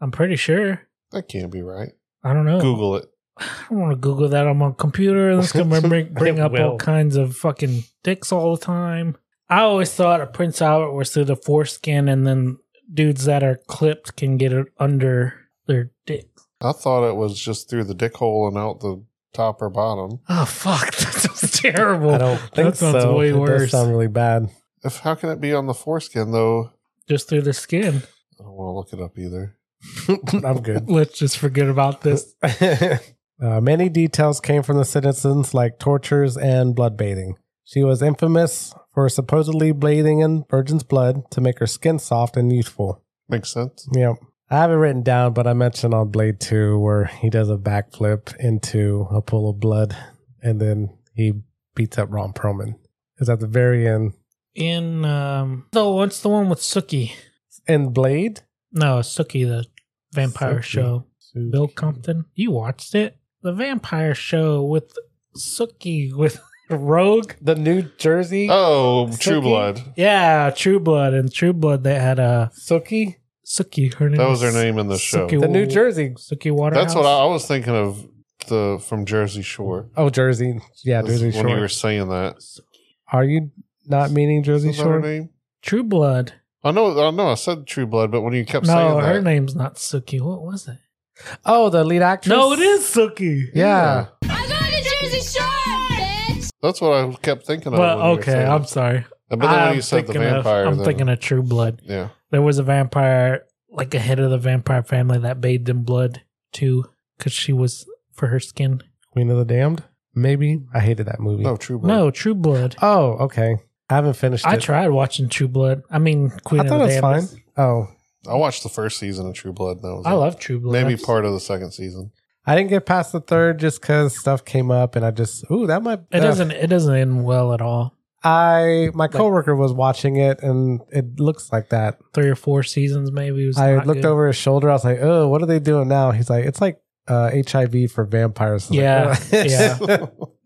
S7: I'm pretty sure.
S8: that can't be right.
S7: I don't know.
S8: Google it.
S7: I don't want to Google that on my computer. and It's gonna bring, bring up all
S1: will.
S7: kinds of fucking dicks all the time. I always thought a Prince Albert was through the foreskin, and then dudes that are clipped can get it under their dick.
S8: I thought it was just through the dick hole and out the top or bottom.
S7: Oh fuck, that sounds terrible.
S1: I don't think
S7: that sounds
S1: so.
S7: way
S1: it
S7: worse.
S1: does sound really bad.
S8: If how can it be on the foreskin though?
S7: Just through the skin.
S8: I don't want to look it up either.
S1: I'm good.
S7: Let's just forget about this.
S1: uh, many details came from the citizens, like tortures and bloodbathing. She was infamous for supposedly bathing in virgin's blood to make her skin soft and youthful.
S8: Makes sense.
S1: Yep. I have it written down, but I mentioned on Blade 2 where he does a backflip into a pool of blood and then he beats up Ron Perlman. Is at the very end.
S7: In um, the what's the one with Suki?
S1: And Blade?
S7: No, Suki the vampire
S1: Suki.
S7: show. Bill Compton, you watched it? The vampire show with Suki with Rogue.
S1: The New Jersey?
S8: Oh, True
S1: Suki?
S8: Blood.
S7: Yeah, True Blood and True Blood. They had uh, a
S1: Uh, Suki?
S7: Suki. Her name
S8: That was
S7: is
S8: her name in the show.
S7: Suki-
S1: The New Jersey.
S7: Suki Waterhouse.
S8: That's what I, I was thinking of the from Jersey Shore.
S1: Oh, Jersey. Yeah,
S8: That's
S1: Jersey
S8: When you
S1: Shore.
S8: were saying that.
S1: Are you not meaning Jersey
S8: Is that her
S1: Shore?
S8: name?
S7: True Blood.
S8: I know I know I said True Blood, but when you kept
S7: No,
S8: saying that
S7: her name's not Suki. What was it?
S1: Oh, the lead actress?
S7: No, it is Suki.
S1: Yeah.
S10: I'm going to Jersey Shore, bitch!
S8: that's what I kept thinking of. when
S7: Well,
S8: you were
S7: okay,
S8: saying
S7: I'm
S8: it.
S7: sorry.
S8: But then when
S7: I'm
S8: you said the
S7: thinking of-
S8: vampire,
S7: I'm
S8: then-
S7: thinking of True Blood.
S8: yeah.
S7: There was a vampire, like a head of the vampire family, that bathed in blood too, because she was for her skin.
S1: Queen of the Damned? Maybe. I hated that movie.
S8: No, True Blood.
S7: No, True Blood.
S1: Oh, okay. I haven't finished
S7: I
S1: it.
S7: tried watching True Blood. I mean, Queen
S1: I
S7: of
S1: thought
S7: the
S1: it was fine.
S7: Damned.
S1: Oh,
S8: I watched the first season of True Blood. And that was
S7: I
S8: it.
S7: love True Blood.
S8: maybe
S7: That's-
S8: part of the second season.
S1: I didn't get past the third just because stuff came up, and I just ooh that might.
S7: It doesn't. It doesn't end well at all.
S1: I my coworker was watching it, and it looks like that.
S7: Three or four seasons, maybe. It was
S1: I
S7: not
S1: looked
S7: good.
S1: over his shoulder. I was like, oh, what are they doing now? He's like, it's like uh, HIV for vampires. I was like,
S7: Yeah,
S1: "Oh."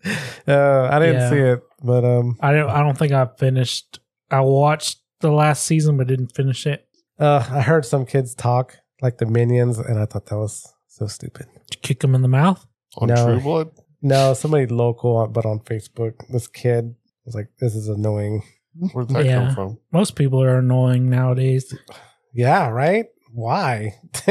S1: uh, I didn't
S7: Yeah.
S1: see it, but um,
S7: I don't. I don't think I finished. I watched the last season, but didn't finish it.
S1: uh, I heard some kids talk like the minions, and I thought that was so stupid.
S7: Did you kick him in the mouth.
S8: On
S1: No.
S8: True Blood?
S1: No, somebody local, but on Facebook, this kid was like, this is annoying.
S8: Where did that
S7: Yeah.
S8: come from?
S7: Most people are annoying nowadays.
S1: Yeah, right? Why?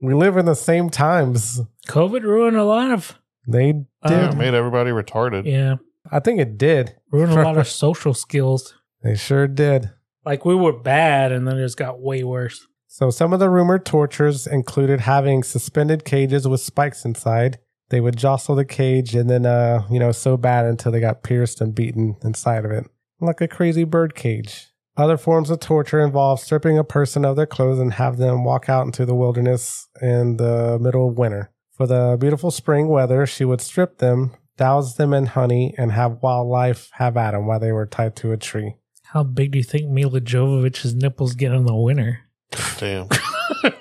S1: we live in the same times.
S7: COVID ruined a lot of.
S1: They did.
S8: Yeah,
S7: Um,
S8: made everybody retarded.
S7: Yeah,
S1: I think it did.
S7: ruined a lot of social skills.
S1: They sure did.
S7: Like we were bad, and then it just got way worse.
S1: So some of the rumored tortures included having suspended cages with spikes inside. They would jostle the cage and then uh, you know, so bad until they got pierced and beaten inside of it. Like a crazy bird cage. Other forms of torture involve stripping a person of their clothes and have them walk out into the wilderness in the middle of winter. For the beautiful spring weather, she would strip them, douse them in honey, and have wildlife have at them while they were tied to a tree.
S7: How big do you think Mila Jovovich's nipples get in the winter?
S8: Damn.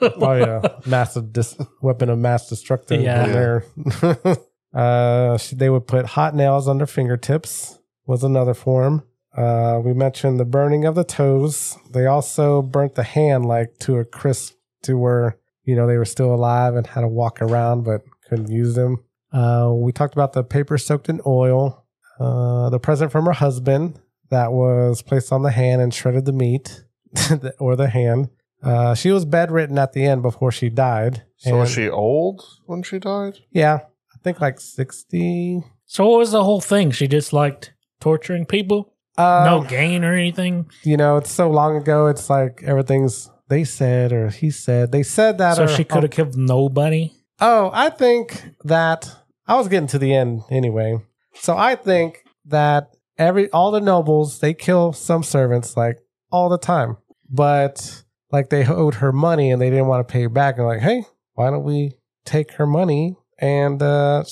S1: oh yeah, massive dis- weapon of mass destruction
S7: Yeah.
S1: in there. uh, she- they would put hot nails on their fingertips. Was another form. Uh, we mentioned the burning of the toes. They also burnt the hand like to a crisp to where you know they were still alive and had to walk around but couldn't use them. Uh, we talked about the paper soaked in oil. Uh, the present from her husband that was placed on the hand and shredded the meat or the hand. Uh, she was bedridden at the end before she died.
S8: So
S1: And-
S8: was she old when she died?
S1: Yeah, I think like sixty.
S7: So what was the whole thing? She just liked torturing people?
S1: Um,
S7: no gain or anything?
S1: you know, it's so long ago. It's like everything's they said or he said. They said that.
S7: So
S1: or,
S7: she could have killed nobody?
S1: Oh, I think that I was getting to the end anyway. So I think that every all the nobles they kill some servants like all the time, but like they owed her money and they didn't want to pay her back. And like, hey, why don't we take her money and uh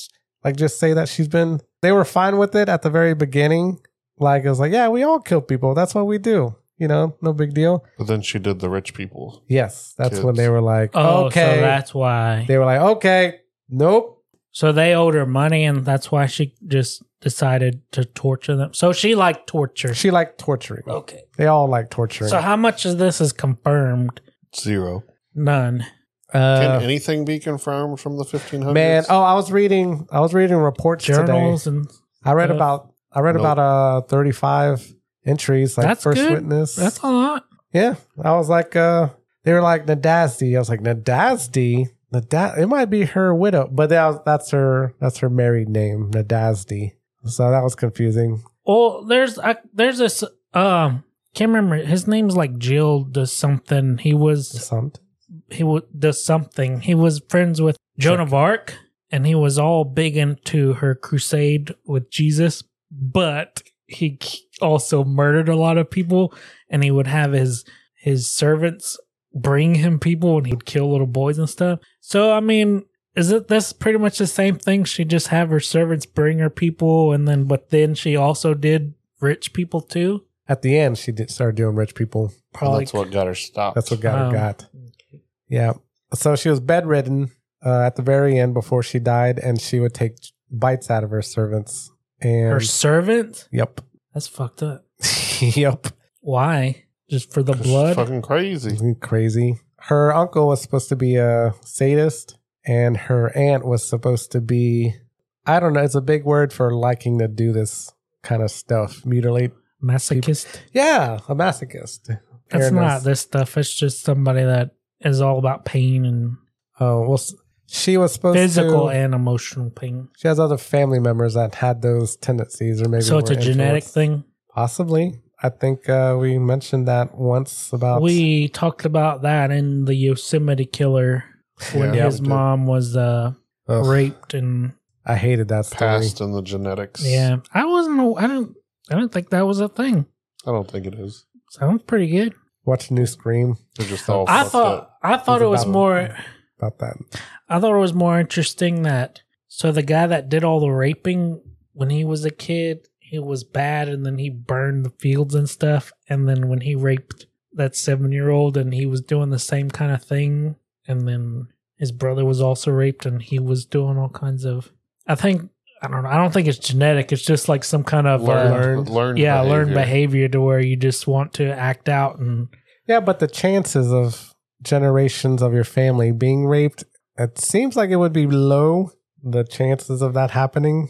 S1: like just say that she's been? They were fine with it at the very beginning. Like it was like, yeah, we all kill people. That's what we do. You know, no big deal.
S8: But then she did the rich people.
S1: Yes, that's when
S8: Kids.
S1: they were like,
S7: Oh,
S1: okay.
S7: so that's why.
S1: they were like, okay, nope.
S7: So they owed her money, and that's why she just decided to torture them. So she liked torture.
S1: She liked torturing.
S7: Okay.
S1: They all like torturing.
S7: So how much of this is confirmed?
S8: Zero.
S7: None.
S8: Can
S1: Uh,
S8: anything be confirmed from the 1500s?
S1: man, oh, I was reading. I was reading reports
S7: Journals
S1: today.
S7: and
S1: I read
S7: stuff.
S1: about. I read
S8: Nope.
S1: about uh thirty five entries like
S7: That's
S1: first
S7: good.
S1: witness.
S7: that's a lot.
S1: yeah, I was like, uh, they were like Nadazdi. I was like Nadazdi. Nadaz. It might be her widow, but that was, that's her. That's her married name, Nadazdi. So that was confusing.
S7: Well, there's I, there's this um can't remember his name's like Jill does something. He was
S1: Some-
S7: he w- does something. He was friends with Joan of Arc, and he was all big into her crusade with Jesus, but he k- also murdered a lot of people, and he would have his his servants bring him people, and he would kill little boys and stuff. So I mean. Is it this pretty much the same thing? She just have her servants bring her people, and then but then she also did rich people too.
S1: At the end, she did start doing rich people.
S8: And
S7: Probably
S8: that's what got her stopped.
S1: That's what got
S7: Um,
S1: her got. Yeah. So she was bedridden uh, at the very end before she died, and she would take bites out of her servants. And
S7: her servant.
S1: yep,
S7: That's fucked up.
S1: yep,
S7: Why? Just for the
S8: 'Cause she's
S7: blood?
S8: fucking crazy.
S1: crazy. Her uncle was supposed to be a sadist, and her aunt was supposed to be. I don't know. It's a big word for liking to do this kind of stuff, mutilate.
S7: Masochist?
S1: Yeah, a masochist.
S7: That's
S1: Fair enough.
S7: not this stuff. It's just somebody that is all about pain and
S1: Oh well, s- she was supposed
S7: physical
S1: to.
S7: and emotional pain.
S1: she has other family members that had those tendencies, or maybe
S7: so it's a
S1: were
S7: genetic
S1: influenced.
S7: thing.
S1: Possibly. I think uh, we mentioned that once about.
S7: We talked about that in the Yosemite Killer when
S8: Yeah,
S7: his
S8: we did.
S7: mom was uh,
S1: Ugh,
S7: raped and
S1: I hated that story.
S8: Past and the genetics.
S7: yeah. I wasn't. aw- I don't. I don't think that was a thing.
S8: I don't think it is.
S7: Sounds pretty good.
S1: Watch New Scream
S8: They're just all
S7: I
S8: fucked
S7: thought.
S8: up.
S7: I thought it was
S1: about-
S7: more.
S1: about that.
S7: I thought it was more interesting that so the guy that did all the raping when he was a kid, he was bad, and then he burned the fields and stuff, and then when he raped that seven year old, and he was doing the same kind of thing, and then his brother was also raped, and he was doing all kinds of. I think I don't know. I don't think it's genetic. It's just like some kind of
S8: learned,
S7: uh,
S8: learned,
S7: yeah, learned
S8: behavior.
S7: behavior to where you just want to act out and
S1: Yeah, but the chances of generations of your family being raped, it seems like it would be low, the chances of that happening.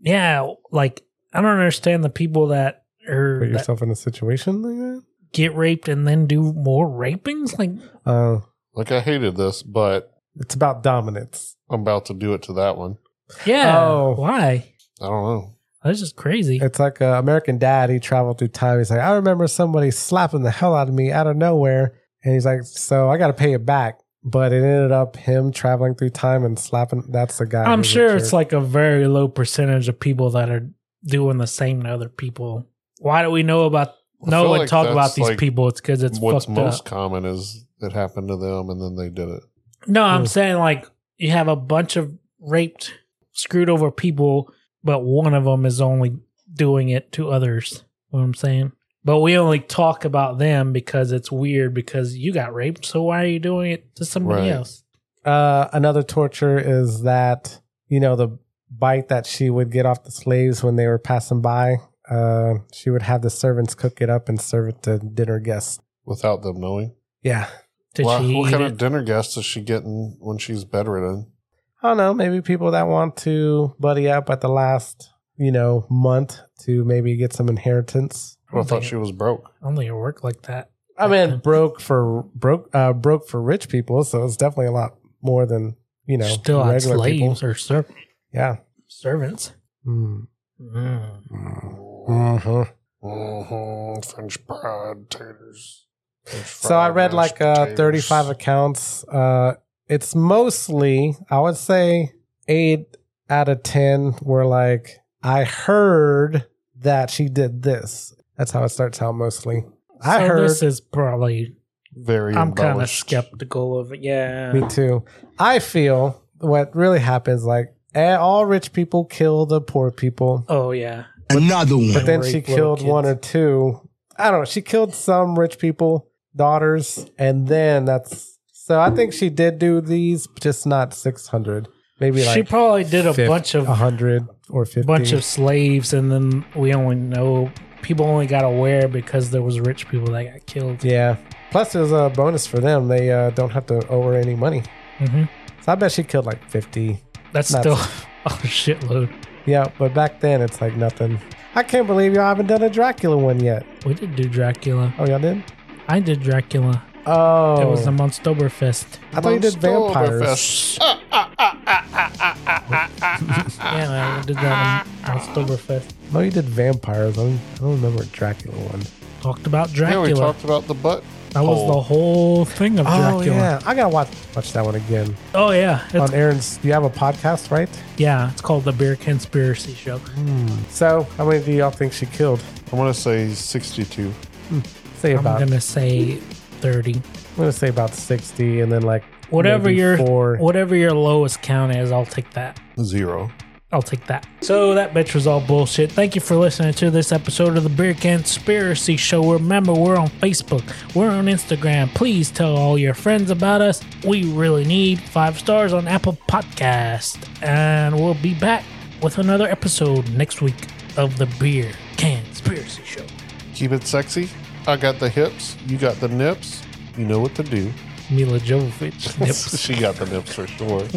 S7: yeah, like I don't understand the people that are
S1: Put
S7: that-
S1: yourself in a situation like
S7: get raped and then do more rapings? Like,
S1: that. Uh,
S8: Like, I hated this, but
S1: it's about dominance.
S8: I'm about to do it to that one.
S7: yeah,
S1: Oh.
S7: why?
S8: I don't know.
S7: That's just crazy.
S1: It's like uh, American Dad. He traveled through time. He's like, I remember somebody slapping the hell out of me out of nowhere, and he's like, so I got to pay it back. But it ended up him traveling through time and slapping. That's the guy.
S7: I'm
S1: who's a
S7: sure it's
S1: jerk.
S7: like a very low percentage of people that are doing the same to other people. Why do we know about?
S8: I
S7: No
S8: feel
S7: one
S8: like
S7: talk about
S8: that's
S7: these
S8: like
S7: people. It's because it's
S8: What's
S7: fucked
S8: most
S7: up.
S8: common is it happened to them and then they did it.
S7: No, I'm
S1: Mm.
S7: saying like you have a bunch of raped, screwed over people, but one of them is only doing it to others. You know what I'm saying? But we only talk about them because it's weird because you got raped, so why are you doing it to somebody
S8: Right.
S7: else?
S1: uh, another torture is that you know the bite that she would get off the slaves when they were passing by. Uh, she would have the servants cook it up and serve it to dinner guests.
S8: Without them knowing,
S1: Yeah,
S7: Did
S8: Why-
S7: she
S8: what
S7: eat
S8: kind
S7: it?
S8: of dinner guests is she getting when she's bedridden?
S1: I don't know, maybe people that want to buddy up at the last, you know, month to maybe get some inheritance.
S7: I don't
S8: I thought
S7: think-
S8: she was broke.
S7: I don't think it worked like that.
S1: I mean, broke for broke uh broke for rich people, so it's definitely a lot more than you know
S8: Still had slaves or ser-
S1: Yeah.
S8: servants. Mm.
S1: Uh-huh.
S11: Mm-hmm. French fried taters. French
S1: So I
S11: fried
S1: read
S11: mashed
S1: like uh,
S11: potatoes.
S1: 35 accounts. Uh, it's mostly, I would say, eight out of 10 were like, I heard that she did this. That's how it starts out mostly. I
S8: So
S1: heard.
S8: this is probably.
S11: Very
S8: I'm kind of
S11: embellished.
S8: skeptical of it. Yeah.
S1: Me too. I feel what really happens like eh, all rich people kill the poor people,
S8: Oh yeah.
S7: Another one.
S1: but then
S8: Rape
S1: she
S8: little
S1: killed
S8: kids.
S1: one or two. I don't know. She killed some rich people daughters, and then that's so. I think she did do these, just not six hundred. Maybe like uh-huh.
S8: she probably did a bunch of
S1: hundred or fifty.
S8: bunch of slaves, and then we only know people only got aware because there was rich people that got killed.
S1: yeah. Plus, there's a bonus for them. They uh, don't have to owe her any money.
S8: hmm
S1: So I bet she killed like fifty.
S8: That's
S1: That's-
S8: still a shitload.
S1: Yeah, but back then it's like nothing. I can't believe y'all haven't done a Dracula one yet.
S8: We did do Dracula.
S1: Oh, y'all did?
S8: I did Dracula.
S1: Oh,
S8: It was the Monstoberfest.
S1: I thought you did vampires.
S11: Oktoberfest.
S8: Yeah, I did that on Monstoberfest.
S1: No, you did vampires. I don't, I don't remember a Dracula one.
S8: Talked about
S11: Yeah,
S8: Dracula.
S11: we talked about the butt.
S8: that was the whole thing of
S1: Oh
S8: Dracula.
S1: yeah, I gotta watch watch that one again.
S8: Oh yeah, it's,
S1: On Aaron's, you have a podcast, right?
S8: yeah. It's called the Beer Conspiracy Show.
S1: So, how many do y'all think she killed?
S11: I want to say 62.
S1: Say
S8: I'm
S1: about.
S8: gonna say thirty.
S1: I'm gonna say about sixty, and then like
S8: Whatever
S1: maybe
S8: your
S1: four.
S8: whatever your lowest count is, I'll take that.
S11: Zero.
S8: I'll take that. So that bitch was all bullshit. Thank you for listening to this episode of the Beer Conspiracy Show. Remember, we're on Facebook, we're on Instagram. Please tell all your friends about us. We really need five stars on Apple Podcast, and we'll be back with another episode next week of the Beer Conspiracy Show.
S11: Keep it sexy. I got the hips. You got the nips. You know what to do.
S8: Mila Jovovich. nips.
S11: she got the nips for sure.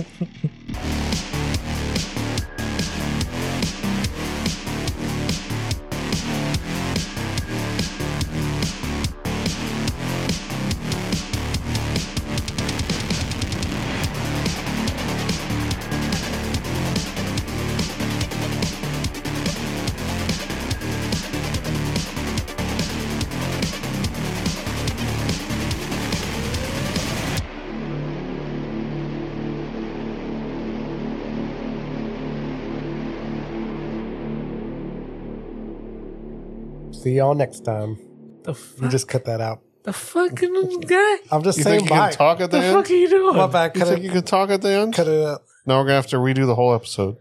S1: See y'all next time.
S8: the
S1: You
S8: fuck?
S1: just cut that out.
S8: the fucking guy.
S1: I'm just
S11: You
S1: saying
S11: think you
S1: bye.
S11: can talk at the
S8: The fuck are
S11: end?
S8: you doing?
S1: My bad.
S11: You
S1: Cut
S11: think
S1: it.
S11: you can talk at the end?
S1: Cut it out.
S11: Now we're going to have to redo the whole episode.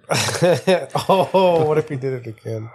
S1: oh, what if we did it again?